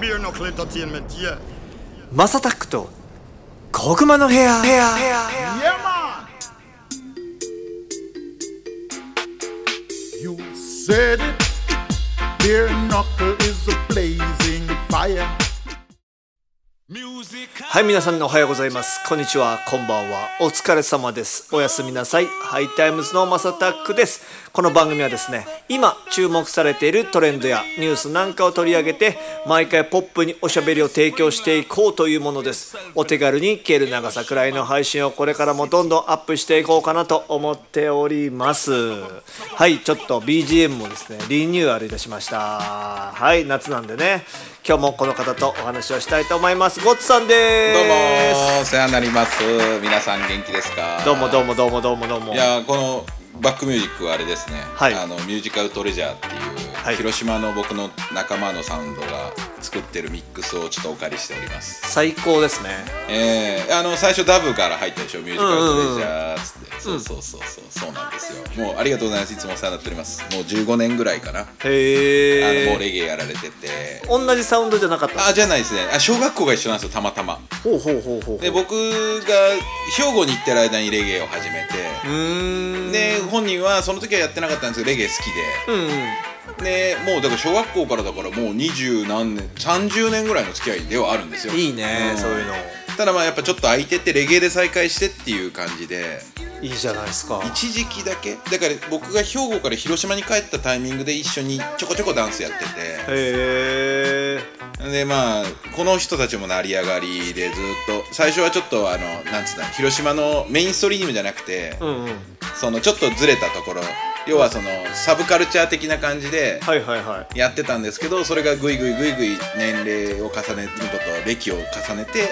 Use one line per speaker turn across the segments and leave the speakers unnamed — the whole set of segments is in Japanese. Beer knuckle entertainment, yeah.
マサタックと小熊の部屋部屋部屋
Yeah, man!
You said it. Beer knuckle is a blazing fire.
はい皆さんおはようございますこんにちはこんばんはお疲れ様ですおやすみなさいハイタイムズのマサタックですこの番組はですね今注目されているトレンドやニュースなんかを取り上げて毎回ポップにおしゃべりを提供していこうというものですお手軽に消える長さくらいの配信をこれからもどんどんアップしていこうかなと思っておりますはいちょっと BGM もですねリニューアルいたしましたはい夏なんでね今日もこの方とお話をしたいと思いますゴッツさんです
どうもーお世話になります皆さん元気ですか
どうもどうもどうもどうもどうも
いやーこのバックミュージックはあれですね、
はい
あのミュージカルトレジャーっていう、
はい
広島の僕の仲間のサウンドが作ってるミックスをちょっとお借りしております
最高ですね
えー、あの最初ダブから入ったでしょミュージカルトレジャーっつって、そうそうそうそうそうなんですよもうありがとうございますいつもお世話になっておりますもう15年ぐらいかな、あのもう
へえ
レゲエやられてて
同じサウンドじゃなかった
あじゃないですねあ小学校が一緒なんですよたまたま
ほうほうほうほう
で僕が兵庫に行ってる間にレゲエを始めて、
うーん
で本人はその時はやってなかったんですけどレゲエ好き
うんうん
で、でもうだから小学校からだからもう二十何年30年ぐらいの付き合いではあるんですよ
いいね
ん
そういうの
ただまあやっぱちょっと空いてってレゲエで再会してっていう感じで
いいじゃないですか
一時期だけだから僕が兵庫から広島に帰ったタイミングで一緒にちょこちょこダンスやってて
へえ
でまあこの人たちも成り上がりでずっと最初はちょっとあのなんつうんだ広島のメインストリームじゃなくて、
うんうん
そのちょっとずれたところ要はそのサブカルチャー的な感じで
はいはいはい
やってたんですけどそれがぐいぐいぐいぐい年齢を重ねること歴を重ねて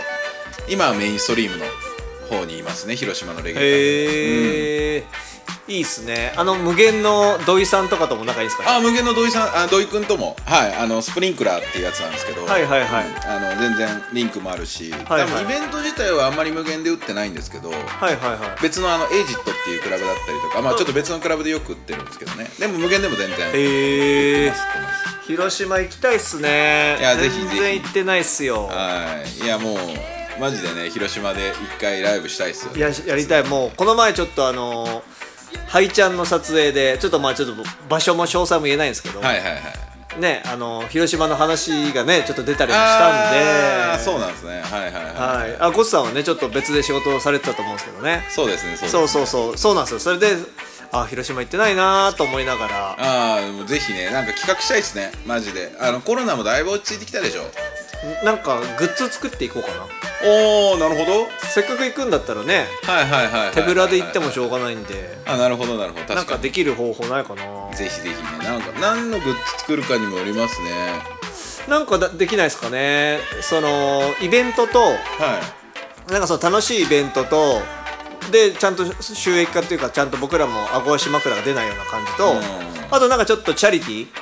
今はメインストリームの方にいますね広島のレゲエ
へえいいっすねあの無限の土井さんとかとも仲いいですか
あ無限の土井さんあ土井くんともはいあのスプリンクラーっていうやつなんですけど
はいはいはい
あの全然リンクもあるし、
はいはい
多分イベント自体はあんまり無限で打ってないんですけど
はいはいはい
別のあのエイジットっていうクラブだったりとか、まあ、ちょっと別のクラブでよく打ってるんですけどねでも無限でも全然打って
へえ
ます
広島行きたいっすね
いやぜひぜひ
全然行ってないっすよ
はい、いやもうマジでね広島で一回ライブしたいっすよ
ややりたいもうこの前ちょっとあのーハイちゃんの撮影でちょっとまあちょっと場所も詳細も言えないんですけど、
はいはいはい
ねあのー広島の話がねちょっと出たりもしたんで
あーそうなんですねはいはいは、
はいいあゴスさんはねちょっと別で仕事をされてたと思うんですけどね
そうですねそうです
そうそうそうそうなんですよそれであ広島行ってないなーと思いながら
ああもうぜひねなんか企画したいっすねマジであのコロナもだいぶ落ち着いてきたでしょ
なんかグッズ作っていこうかな
おおなるほど
せっかく行くんだったらね
はいはいはいはい、
手ぶらで行ってもし
ょ
ょうがないんで
あなるほどなるほど
なん
確か
か
に
できる方法ないかな
ぜひぜひねなんか何のグッズ作るかにもよりますね
なんかだできないですかねそのイベントと
はい
なんかその楽しいイベントとでちゃんと収益化というかちゃんと僕らも顎押し枕が出ないような感じと、
うん
あとなんかちょっとチャリティーと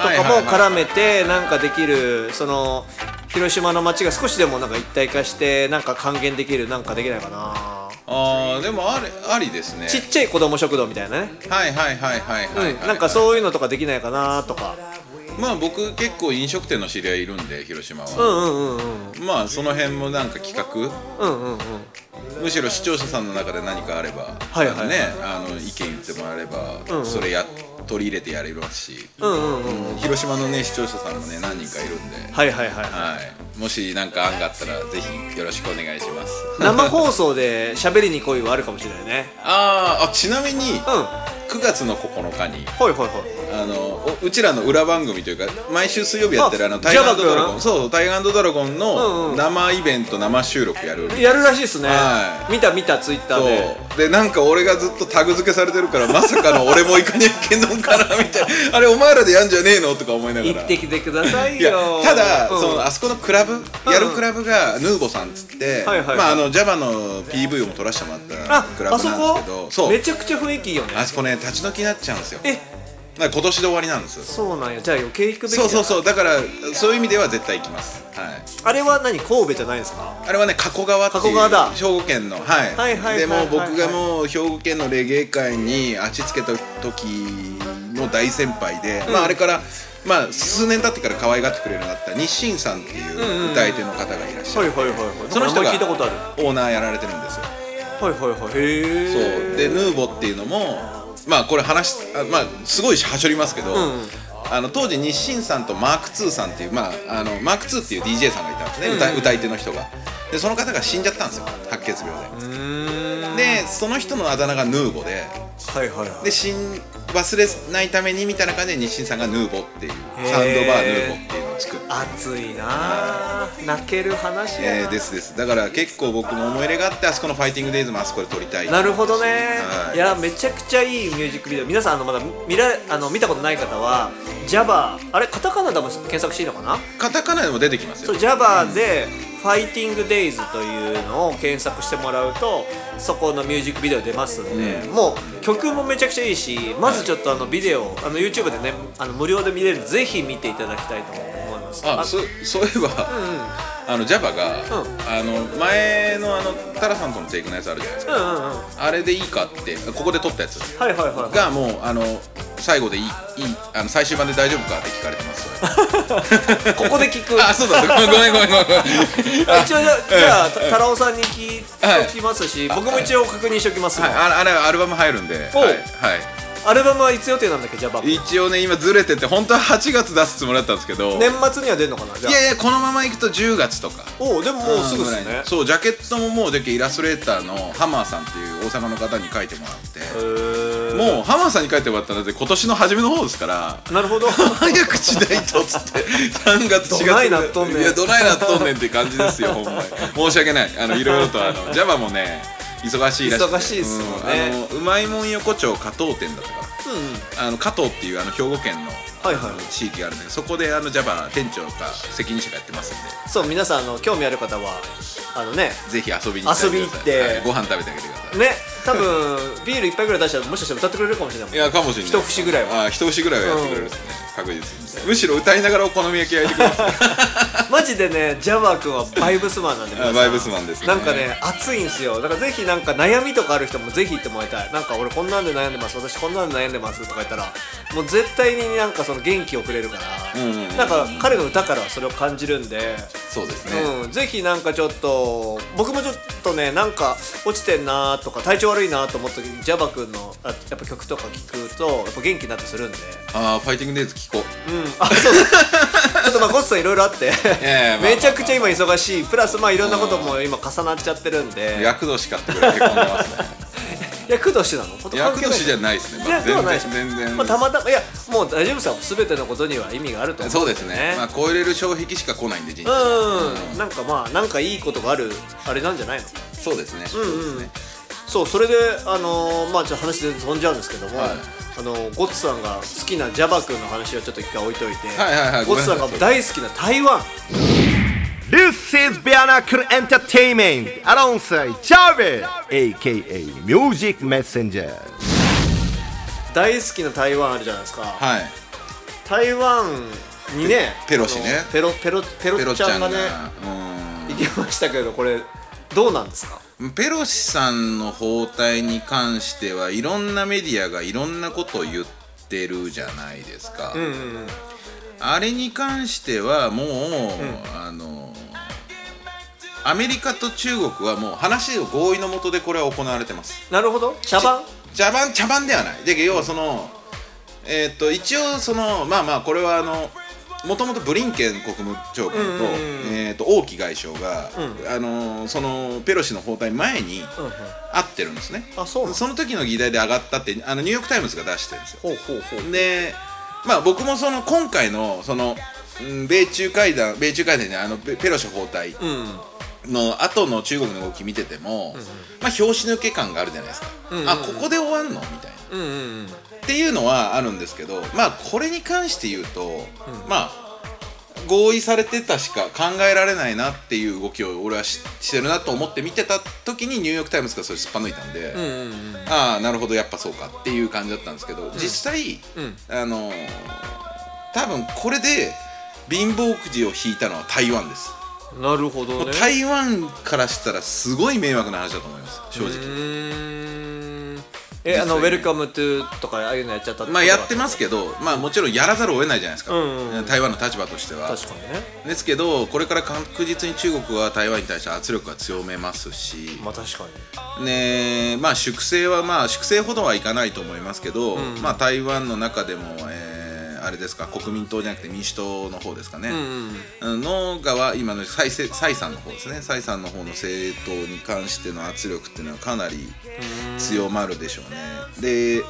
か
はいはい
も
はいは
絡
い
めてなんかできるその広島の街が少しでもなんか一体化してなんか還元できるなんかできないかな
あーでもありありですね
ちっちゃい子供食堂みたいなね、
はいはいはいはいはい、はい
うんなんかそういうのとかできないかなとか
まあ僕結構飲食店の知り合いいるんで広島は、
うんうんうんうん
まあその辺もなんか企画
うんうんうん
むしろ視聴者さんの中で何かあれば、
はいはいはい
あのねあの意見言ってもらえれば、それや取り入れてやれますし、
うんうんうん
広島のね視聴者さんもね何人かいるんで、
はいはいはい
はい、もし何か案があったらぜひよろしくお願いします
生放送で喋りに来いはあるかもしれないね
あーあちなみに
うん
9月の9日に
ほいほいほい
あのおうちらの裏番組というか毎週水曜日やってるあの
あ
タイガードド
ジャバ
ラゴ
君
ンそうタイガードドラゴン
うんう
の
ん
生イベント生収録やる
やるらしいっすね、
はい
見た見たツイッターで
そうでなんか俺がずっとタグ付けされてるからまさかの俺も行かねえけんのかなみた いなあれお前らでやんじゃねえのとか思いながら
行ってきてください
いや
よ
ただ、
うん
そのあそこのクラブやるクラブがヌーボさんっつって、
はいはいはい
まああの JAVA の PV も撮らせてもらった
あ
クラ
あ
ブ
そ
なんですけ
こ
どそう
めちゃくちゃ雰囲気いいよね
あそこね立ち退きになっちゃうんですよ
え
なんか今年で終わりなんですよ
そうなんやじゃあ余計行くべき
そうそう
う
そうだからそういう意味では絶対行きますはい
あれは何神戸じゃないんですか
あれはね加古川っていう
加古川だ
兵庫県のはい,、
はいはいはい
でもう
はい
僕がもう兵庫県のレゲエ界に足つけた時の大先輩で、まああれからまあ数年経ってから可愛がってくれるようになった日清さんっていう歌い手の方がいらっしゃ
はい
る、
はいはいはい
その人
名
が
前聞いたことある
オーナーやられてるんですよ
はいはいはいへえ
そうでヌーボっていうのもまあこれ話しあまあすごいはしょりますけど、あの当時日清さんとマーク2さんっていう、まあ、あのマーク2っていう DJ さんがいたんですね、歌い歌い手の人がでその方が死んじゃったんですよ白血病で、でその人のあだ名がヌーボで
はいはいはい
で死ん忘れないためにみたいな感じで日清さんがヌーボっていうサウンドバーヌーボっていうのを作って
熱いなあ泣ける話やな、
えーですですだから結構僕も思い入れがあってあそこの「ファイティング・デイズ」もあそこで撮りたい
なるほどね、
はい
い、やめちゃくちゃいいミュージックビデオ皆さんあのまだ見らあの見たことない方は JAVA あれカタカナでも検索していいのかな
カタカナでも出てきますよ
そう JAVA で「ファイティング・デイズ」というのを検索してもらうとそこのミュージックビデオ出ますんで、
うん
もう曲もめちゃくちゃいいしまずちょっとあのビデオあの YouTube でねあの無料で見れるんでぜひ見ていただきたいと思います
あ
あ
そそういえば、あの JAVA が、あの前のあのタラさんとのテイクのやつあるじゃないです
う
か、
んうんうんはい
あれでいいかってここで撮ったやつ
はいはいはい
がもうあの最後でいいいいあの最終版で大丈夫かって聞かれてますそれ
ここで聞く
あそうだごめんごめんごめんごめん
あ一応じゃあじゃあた太郎さんに聞いておきますし、
はい
僕も一応確認しておきます、
はい、ああれアルバム入るんで、はい
お
は
アルバムはいつ予定なんだっけじゃあバ
い、一応ね今ずれてて本当は8月出すつもりだったんですけど、
年末には出るのかなじゃ
い
あ
やいやこのままいくと10月とか
おおでももうすぐっす
ぐらい
ね
にそうジャケットももうだけイラストレーターのハマーさんっていう大阪の方に書いてもらって、
へ
もうハマーさんに書いてもらったので今年の初めの方で すから
ーなるほど
早くしないとっつって3月4月
どないなっとんねん
いやどないなっとんねんって感じです よほんまに申し訳ないあのいろいろとあの JAVA もね忙しいらしくて
忙しいっすもんね
うんあのうまいもん横丁加藤店だったから
うんうん
あの加藤っていうあの兵庫県の,、
はいはい
あの地域があるんでそこであの JAVA 店長か責任者がやってますんで
そう皆さんあの興味ある方はあのね
ぜひ遊びに行ってあげてく
遊び行
ださい
って
はいご飯食べてあげてください、
ね多分ビール一杯ぐらい出したらもしかしたら歌ってくれるかもしれないも
い
ん
やかもしれない
一節ぐらいは
あ一節ぐらいはやってくれるですね、確実にむしろ歌いながらお好み焼き焼いてくれます
マジでねジャバー君はバイブスマンなんで皆さん
バイブスマンですね
なんかね熱いんですよだからぜひなんか悩みとかある人もぜひ言ってもらいたいなんか俺こんなんで悩んでます私こんなんで悩んでますとか言ったらもう絶対になんかその元気をくれるから、
うんうんうん
なんか彼の歌からはそれを感じるんで、
そうですね、
うん、ぜひなんかちょっと僕もちょっとねなんか落ちてんなとか体調悪いなと思った時にジャバ君のあやっぱ曲とか聞くとやっぱ元気になってするんで
ああファイティングデイズ聞こう
うんあそうだちょっとまあゴッツさんいろいろあって
ええまあまあまあ
めちゃくちゃ今忙しいプラスまあいろんなことも今重なっちゃってるんで
厄年かってぐらい結婚でますね
役年なのこと
厄年じゃ
ない
ないですね、
役はないでしょ
全然全然、
まあ、たまたまいやもう大丈夫さ全てのことには意味があると思
そううんですねまあ超えれる障壁しか来ないんで人生、
うん、なんかまあなんかいいことがあるあれなんじゃないの
そうですね、そうですね
そうそれであのーまあちょっと話全然飛んじゃうんですけども、
はい
あのーゴッツさんが好きなジャバ君の話をちょっと一回置いといて、
はいはいはい
ゴッツさんが
ごめんな
大好きな台湾
This is Bianacle Entertainment alongside Jared, aka Music Messenger.
大好きな台湾あるじゃないですか、
はい
台湾にね
ペペロシね
あのペロペロペ
ペ
ロ
ロ
ち
ち
ゃ
ゃ
ん
ん
が
が
ね行きましたけどこれどうなんですか
うんペロシさんの包帯に関してはいろんなメディアがいろんなことを言ってるじゃないですか、
うんうんうん
あれに関してはもう、あのアメリカと中国はもう話を合意のもとでこれは行われてます
なるほど茶番
茶番茶番ではないで要はそのえーっと一応そのまあまあこれはあのもともとブリンケン国務長官と,、えーっと王毅外相が、あのそのペロシの包帯前に
うんうん
会ってるんですね、
あそうなの
その時の議題で上がったってあのニューヨーク・タイムズが出してるんですよ
ほうほうほう
でまあ僕もその今回のそのうん米中会談米中会談であのペペロシ包帯
うんうん
の後の中国の動き見てても、まあ拍子抜け感があるじゃないですか、あここで終わんのみたいな
うんうん
っていうのはあるんですけどまあこれに関して言うと、まあ合意されてたしか考えられないなっていう動きを俺はししてるなと思って見てた時にニューヨーク・タイムズがそれすっぱ抜いたんで、
うんうんうん
ああなるほどやっぱそうかっていう感じだったんですけど、実際、
うん
あのー多分これで貧乏くじを引いたのは台湾です、
うんなるほどね
台湾からしたらすごい迷惑な話だと思います正直
うーんえあのウ
実際
ェ
ね
ルカムトゥとかああいうのやっちゃった
まあやって
ま
ますけど、まあ、もちろんやらざるを得ないじゃないですか、台湾の立場としては。
確かにね
ですけどこれから確実に中国は台湾に対して圧力が強めますし、
まあ確かに
ねまあ、粛清は、まあ、粛清ほどはいかないと思いますけど、まあ、台湾の中でも、えーあれですか国民党じゃなくて民主党の方ですかね、の側今の蔡せ蔡さんの方ですね蔡さんの方の政党に関しての圧力っていうのはかなり強まるでしょうね。で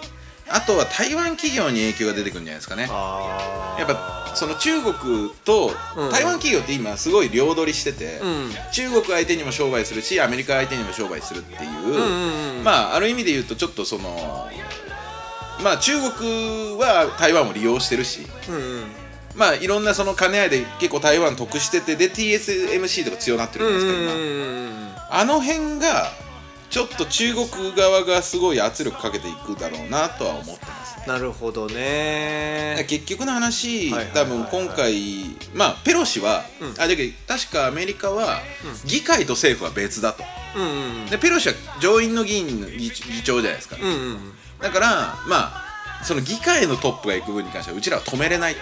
あとは台湾企業に影響が出てくるんじゃないですかね。
あ
やっぱその中国と台湾企業って今すごい両取りしてて、中国相手にも商売するしアメリカ相手にも商売するっていう,、まあある意味で言うとちょっとそのまあ中国は台湾を利用してるし、まあいろんなその兼ね合いで結構台湾得しててで TSMC とか強なってるんですけど、今あの辺がちょっと中国側がすごい圧力かけていくだろうなとは思ってます。
あなるほど
いや
ね
結局の話、
はいはいはい
多
はい
分今回、まあ、ペロシは、あだけど確かアメリカは、議会と政府は別だと、でペロシは上院の議員の議議長じゃないですか、だから、まあ、その議会のトップが行く分に関してはうちらは止めれないと、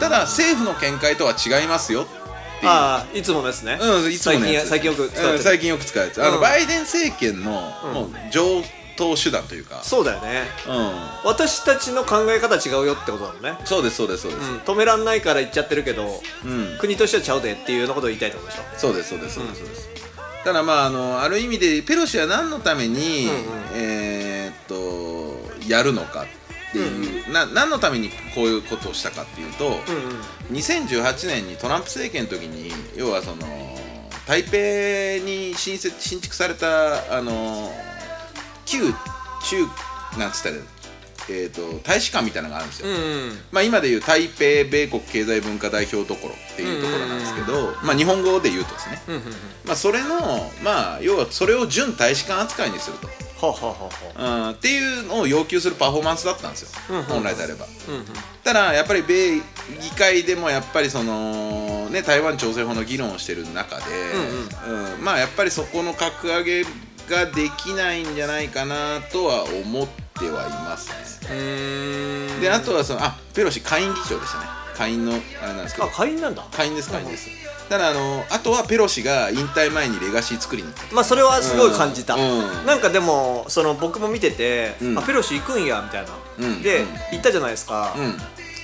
ただ政府の見解とは違いますよっていう
ああいつもですね
うん、いつものやつ
最近最近よく使ってる
うん最近よく使うやつあの、
うん
バイデン政権の、もう上等手段というか、
そうだよね
う
私たちの考え方違うよってことだもんね
ん、そうですそうですそうです、
うん止めらんないから言っちゃってるけど、
ん
国としてはちゃうでっていうようなことを言いたいってことでしょ
そうですそうですそうですそうです、ただまああのある意味でペロシは何のために、えーっとやるのかっていう、な何のためにこういうことをしたかっていうと、2018年にトランプ政権の時に要はその台北に新設新築されたあの旧中なんつったらいいのえー、と大使館みたいなのがあるんですよ、まあ、今でいう台北米国経済文化代表ところっていうところなんですけど、まあ、日本語で言うとですね、まあ、それの、まあ、要はそれを準大使館扱いにすると、
はははは
うん、っていうのを要求するパフォーマンスだったんですよ、本来であれば、ただやっぱり米議会でもやっぱりその、ね、台湾調整法の議論をしてる中で、うんまあやっぱりそこの格上げができないんじゃないかなとは思ってはいますね、であとはそのあペロシ下院議長でしたね下院のあれなんですけど
あ会員なんだ
会員です会員ですただあのあとはペロシが引退前にレガシー作りに行った
まあそれはすごい感じた、
うんうん
なんかでもその僕も見てて、
うん
あペロシ行くんやみたいな、
うん
で、
うん
行ったじゃないですか、
うん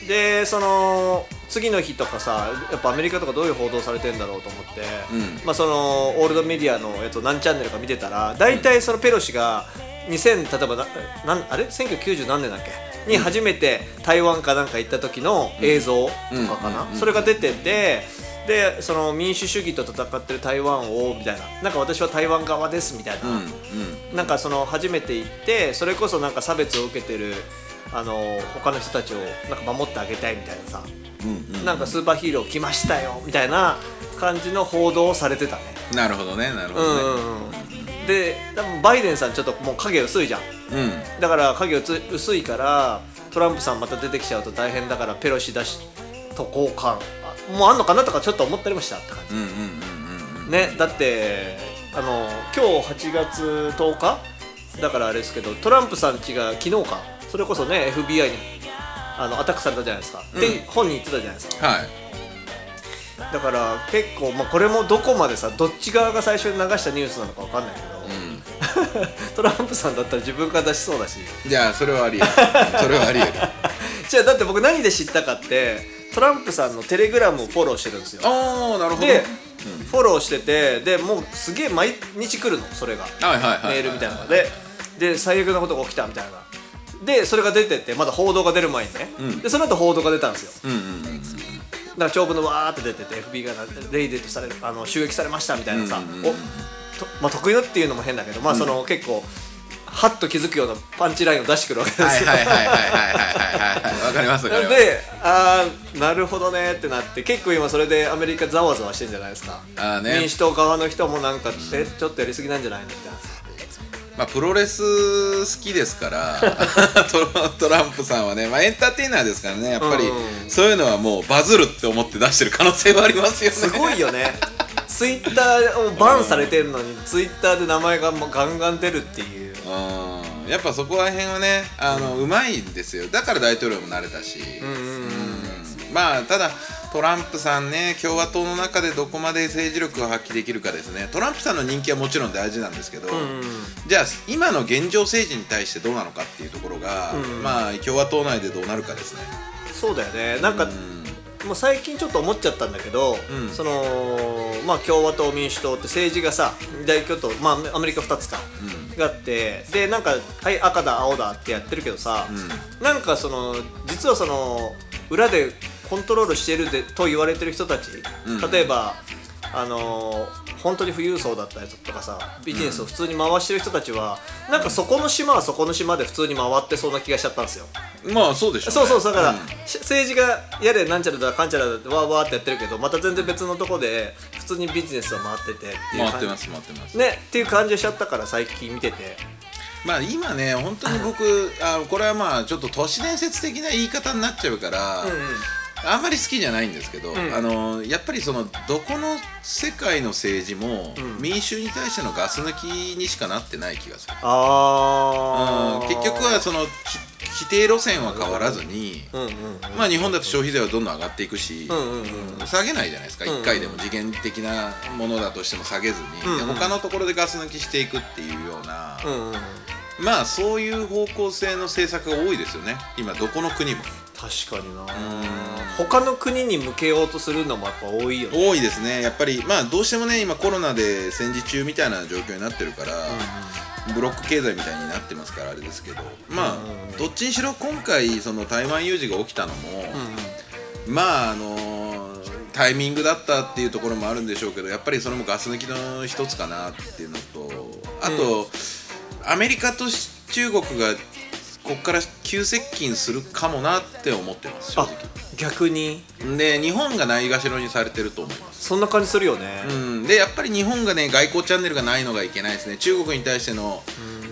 でその次の日とかさやっぱアメリカとかどういう報道されてんだろうと思って、
うん
まあ、そのオールドメディアの、えっと、何チャンネルか見てたら大体そのペロシが2000例えばななんあれ1990何年だっけに初めて台湾かなんか行った時の映像とかかな、
うんうん
それが出ててでその民主主義と戦ってる台湾をみたいななんか私は台湾側ですみたいな、
うんうん
なんかその初めて行ってそれこそなんか差別を受けてるあの他の人たちをなんか守ってあげたいみたいなさ、
うん
なんかスーパーヒーロー来ましたよみたいな感じの報道をされてたね。
うんなるほどねなるほ
うん
どね
で多分バイデンさんちょっともう影薄いじゃん
うん、
だから影薄薄いからトランプさんまた出てきちゃうと大変だからペロシ出しとこうかあもうあんのかなとかちょっと思ったりもしたって感じ。
うんうんうん
ねだってあの今日8月10日だからあれですけどトランプさんちが昨日かそれこそね FBI にあのアタックされたじゃないですか、って本人言ってたじゃないですか
はい
だから結構、まあ、これもどこまでさどっち側が最初に流したニュースなのかわかんないけど、 トランプさんだったら自分から出しそうだし
じゃあそれはありえるそれはありえる
じゃあだって僕何で知ったかってトランプさんのテレグラムをフォローしてるんですよ
ああなるほど
で、フォローしててでもうすげえ毎日来るのそれが、
はいはいはい
メールみたいなのでで最悪なことが起きたみたいなでそれが出てってまだ報道が出る前にね、でその後報道が出たんですよ、だから長文のわーって出てて FB がレイデートされるあの襲撃されましたみたいなさ、おとまあ、得意のっていうのも変だけど、まあその結構はっと気づくようなパンチラインを出してくるわけですよ、
はいはいはいはいはいはいはいはいわかりますわかります
であーなるほどねってなって結構今それでアメリカざわざわしてんじゃないですか
あーね
民主党側の人もなんかえちょっとやりすぎなんじゃないのみたいな
まあ、プロレス好きですから トラトランプさんはね、まあ、エンターテイナーですからねやっぱり
うん
そういうのはもうバズるって思って出してる可能性はありますよね
すごいよねツイッターをバンされてるのにツイッターで名前がもうガンガン出るっていう
うんうん、やっぱそこら辺はねあの、うまいんですよだから大統領もなれたし、うんまあただトランプさんね共和党の中でどこまで政治力を発揮できるかですねトランプさんの人気はもちろん大事なんですけど、じゃあ今の現状政治に対してどうなのかっていうところが、まあ共和党内でどうなるかですね。
そうだよねなんか、もう最近ちょっと思っちゃったんだけど、
うん
そのまあ共和党民主党って政治がさ大共闘まあアメリカ2つか、があってでなんかはい赤だ青だってやってるけどさ、なんかその実はその裏でコントロールしてるでと言われてる人たち、
うん
例えばあのー本当に富裕層だったりとかさビジネスを普通に回してる人たちは、なんかそこの島はそこの島で普通に回ってそうな気がしちゃったんですよ。
まあそうでしょ
そうそうそうだから、
ん
し政治がやれなんちゃらだかんちゃらだってわーわーってやってるけどまた全然別のとこで普通にビジネスを回っててっていう感じ
回ってます回ってます。
ねっていう感じがしちゃったから最近見てて
まあ今ね本当に僕あこれはまあちょっと都市伝説的な言い方になっちゃうから、あんまり好きじゃないんですけど、あのやっぱりそのどこの世界の政治も民衆に対してのガス抜きにしかなってない気がする、
ああ
うん、結局はそのき規定路線は変わらずに、
うんうん
まあ日本だと消費税はどんどん上がっていくし、
んうんうん
下げないじゃないですか、一1回でも次元的なものだとしても下げずに、
うんうん
で他のところでガス抜きしていくっていうような、
うんうんうん
まあそういう方向性の政策が多いですよね今どこの国も
確かにな他の国に向けようとするのもやっぱ多いよね
多いですねやっぱりまあどうしてもね今コロナで戦時中みたいな状況になってるから、ブロック経済みたいになってますからあれですけどまあ、どっちにしろ今回その台湾有事が起きたのも、まああのータイミングだったっていうところもあるんでしょうけどやっぱりそれもガス抜きの一つかなっていうのとあと、アメリカとし中国がここから急接近するかもなって思ってます正
あ
直
逆に
で日本がないがしろにされてると思います
そんな感じするよね、
うんでやっぱり日本がね外交チャンネルがないのがいけないですね中国に対しての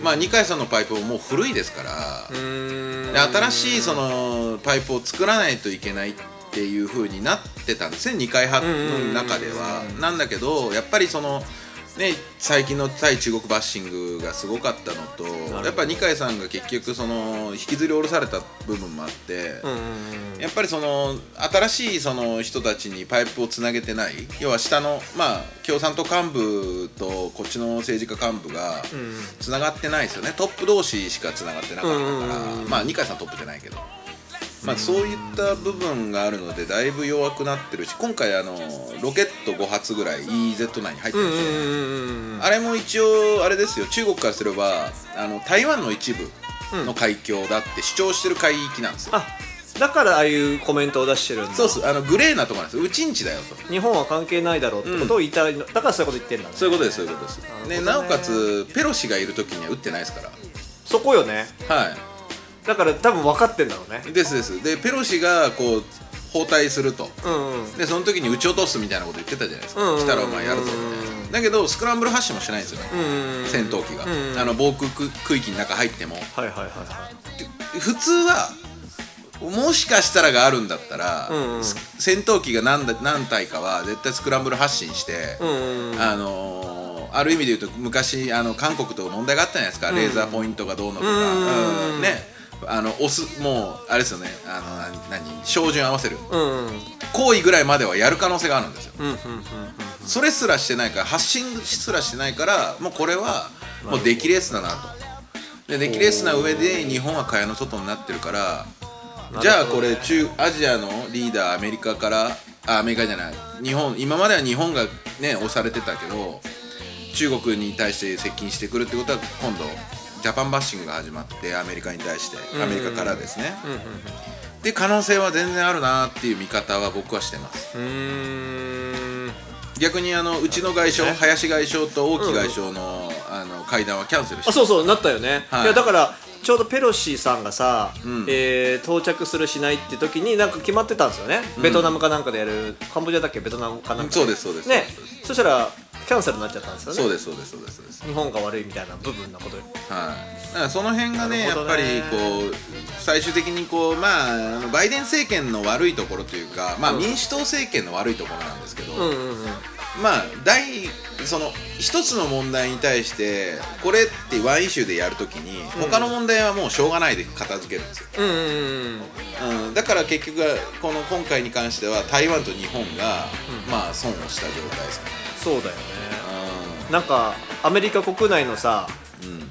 まあ二階さんのパイプももう古いですからで新しいそのパイプを作らないといけないっていう風になってたんですね二階派の中ではなんだけどやっぱりそのね、最近の対中国バッシングがすごかったのとやっぱ二階さんが結局その引きずり下ろされた部分もあって、やっぱりその新しいその人たちにパイプをつなげてない要は下のまあ共産党幹部とこっちの政治家幹部がつながってないですよね、トップ同士しかつながってなかったから、まあ二階さんトップじゃないけど。まあ、そういった部分があるのでだいぶ弱くなってるし今回あのロケット5発ぐらい EZ 内に入ってるんですよ、あれも一応あれですよ中国からすればあの台湾の一部の海峡だって主張してる海域なんですよ、
あだからああいうコメントを出してるんだ
そうそうあのグレーなところなんですようちんちだよと
日本は関係ないだろうってことを言いたいの、だからそういうこと言ってんだね
そういうことですそういうことですな,、ね、
なる
な
ほどね
おかつペロシがいる時には打ってないですから
そこよね
は
だから多分分かってんだろうね
いですですでペロシがこう包帯すると
うんうん
でその時に撃ち落とすみたいなこと言ってたじゃないですか、
うんうんうん
来たらお前やるぞみたいなだけどスクランブル発射もしないんですよね、戦闘機が、あの防空区区域の中入っても
はいはいはいはい
普通はもしかしたらがあるんだったら、
んうん
す戦闘機が何だ何体かは絶対スクランブル発進して、
ん
あのーある意味で言うと昔あの韓国と問題があったじゃないですか、レーザーポイントがどうのとか、うんねあの押すもうあれですよねあの何何照準合わせる
うんうん
行為ぐらいまではやる可能性があるんですよ、それすらしてないから発信すらしてないからもうこれはもう出来レースだなとで出来レースな上で日本は蚊帳の外になってるからじゃあこれ中アジアのリーダーアメリカからあアメリカじゃない日本今までは日本がね押されてたけど中国に対して接近してくるってことは今度ジャパンバッシングが始まってアメリカに対してアメリカからですね、で可能性は全然あるなっていう見方は僕はしてます逆にあのうちの外相林外相と王毅外相の,、あの会談はキャンセルして
あそうそうなったよね、
はい
い、やだからちょうどペロシさんがさ、
ん
えー到着するしないって時になんか決まってたんですよね、ベトナムかなんかでやるカンボジアだっけベトナムかなんか
そうですそうです
ねそしたらキャンセルになっちゃったんですよね
そうですそうですそうですそうです
日本が悪いみたいな部分のことよ
はい、だからその辺が
なる
ねや
ほ
っ
ど
ぱり
ね
こう最終的にこう、まあ、あのバイデン政権の悪いところというか、まあ、民主党政権の悪いところなんですけど、まあ第その一つの問題に対してこれってワンイシューでやるときに他の問題はもうしょうがないで片付けるんですよ、
うんうん
うん、だから結局はこの今回に関しては台湾と日本が、まあ損をした状態ですかね
そうだよねなんかアメリカ国内のさ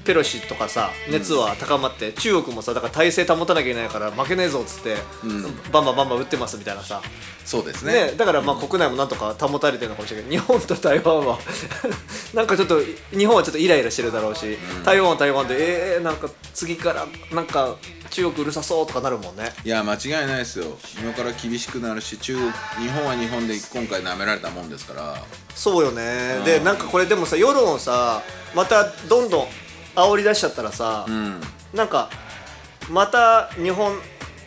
ペロシとかさ熱は高まって、中国もさだから体制保たなきゃいけないから負けねえぞっつって、
うん
バンバンバンバン打ってますみたいなさ、
そうです
ね
ね
だからまあ国内もなんとか保たれてるのかもしれないけど日本と台湾は なんかちょっと日本はちょっとイライラしてるだろうし、台湾は台湾でえー、なんか次からなんか中国うるさそうとかなるもんね
いや間違いないですよ今から厳しくなるし中国日本は日本で今回舐められたもんですから
そうよねでなんかこれでもさ世論をさまたどんどん煽り出しちゃったらさ、
うん
なんかまた日本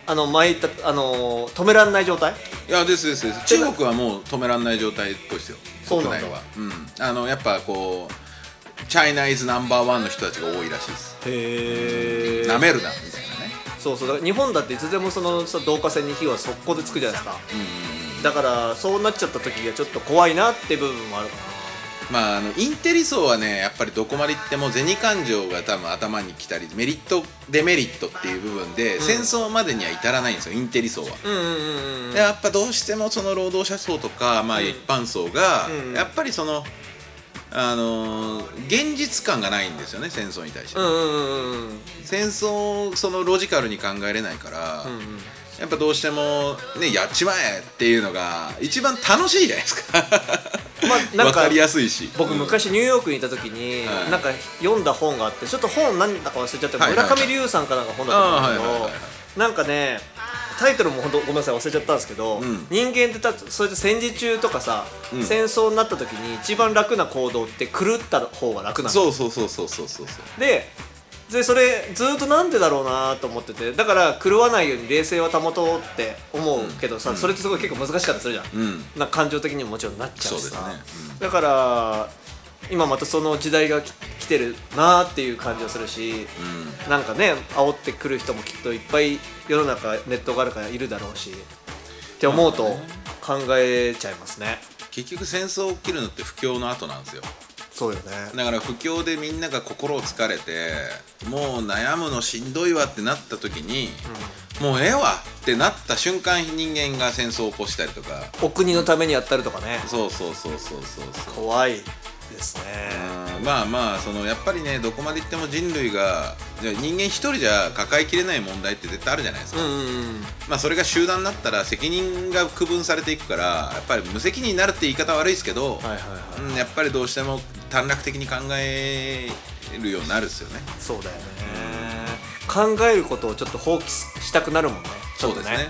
あの前言ったあの止められない状態
いやですですです中国はもう止められない状態としてよ
そう
国
なんだ
内はうんあのやっぱこうチャイナイズナンバーワンの人たちが多いらしいです
へ
舐めるなみたいなね
そうそうだから日本だっていつでもそのさ導火線に火は速攻でつくじゃないですか、だからそうなっちゃった時がちょっと怖いなって部分もあるか
まああのインテリ層はねやっぱりどこまで行っても銭感情が多分頭に来たりメリットデメリットっていう部分で、戦争までには至らないんですよインテリ層は、
なうんうんうんうん
でやっぱどうしてもその労働者層とか、まあ、一般層が、
うん
やっぱりその、あのー現実感がないんですよね戦争に対して、
うんうんうん
戦争をそのロジカルに考えれないから、
うんうん
やっぱどうしても、ね、やっちまえっていうのが一番楽しいじゃないですか
まあなん
わ
か
かりやすいし
僕
うん
昔ニューヨークにいた時に、
はい
なんか読んだ本があってちょっと本何だか忘れちゃったけど、
はいはいはい
村上龍さんかなんか本だったんだけど、
あーはいはいはいは
なんかねタイトルも本当ごめんなさい忘れちゃったんですけど、
ん
人間ってたそうやって戦時中とかさ、
ん
戦争になった時に一番楽な行動って狂った方が楽なの
そうそうそうそうそうそうそう
ででそれずっとなんでだろうなと思っててだから狂わないように冷静は保とうって思うけどさ、それってすごい結構難しかったりするじゃん、
うん
なんか感情的にももちろんなっちゃうし
そう
さ
ですね
だから今またその時代がき来てるなっていう感じがするし、なんかね煽ってくる人もきっといっぱい世の中ネットがあるからいるだろうしって思うと考えちゃいますね
結局戦争起きるのって不況の後なんですよ
そうよね
だから不況でみんなが心を疲れてもう悩むのしんどいわってなった時に、もうええわってなった瞬間人間が戦争を起こしたりとか
お国のためにやったりとかね
そうそうそうそうそうそう
怖いですね、
うんまあまあそのやっぱりねどこまでいっても人類がいや人間一人じゃ抱えきれない問題って絶対あるじゃないですか、
うんうんうん
まあそれが集団になったら責任が区分されていくからやっぱり無責任になるって言い方は悪いですけど、
はいはいはい
うん、やっぱりどうしても短絡的に考えるようになるんですよね
そうだよね考えることをちょっと放棄したくなるもんねちょっと
そうですね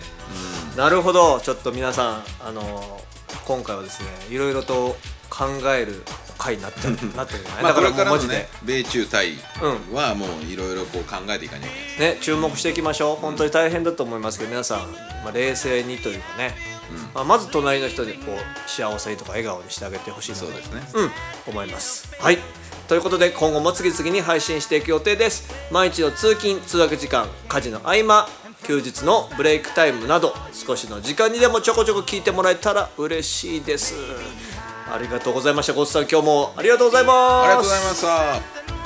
なるほどちょっと皆さんあのー今回はですねいろいろと考える回になっちゃう なってるんじゃない、
まあ、
だから
これ
も
か
う
ら
マ
の
ジで
ね、米中対はもういろいろこう考えていかなきゃいけないです
ね、注目していきましょう本当に大変だと思いますけど皆さん、まあ、冷静にというかね、まあ、まず隣の人でこう幸せにとか笑顔にしてあげてほしいなと
そうですね
うん、思います。はいということで今後も次々に配信していく予定です毎日の通勤通学時間家事の合間休日のブレイクタイムなど少しの時間にでもちょこちょこ聞いてもらえたら嬉しいですありがとうございましたごっさん今日もありがとうございます
ありがとうございました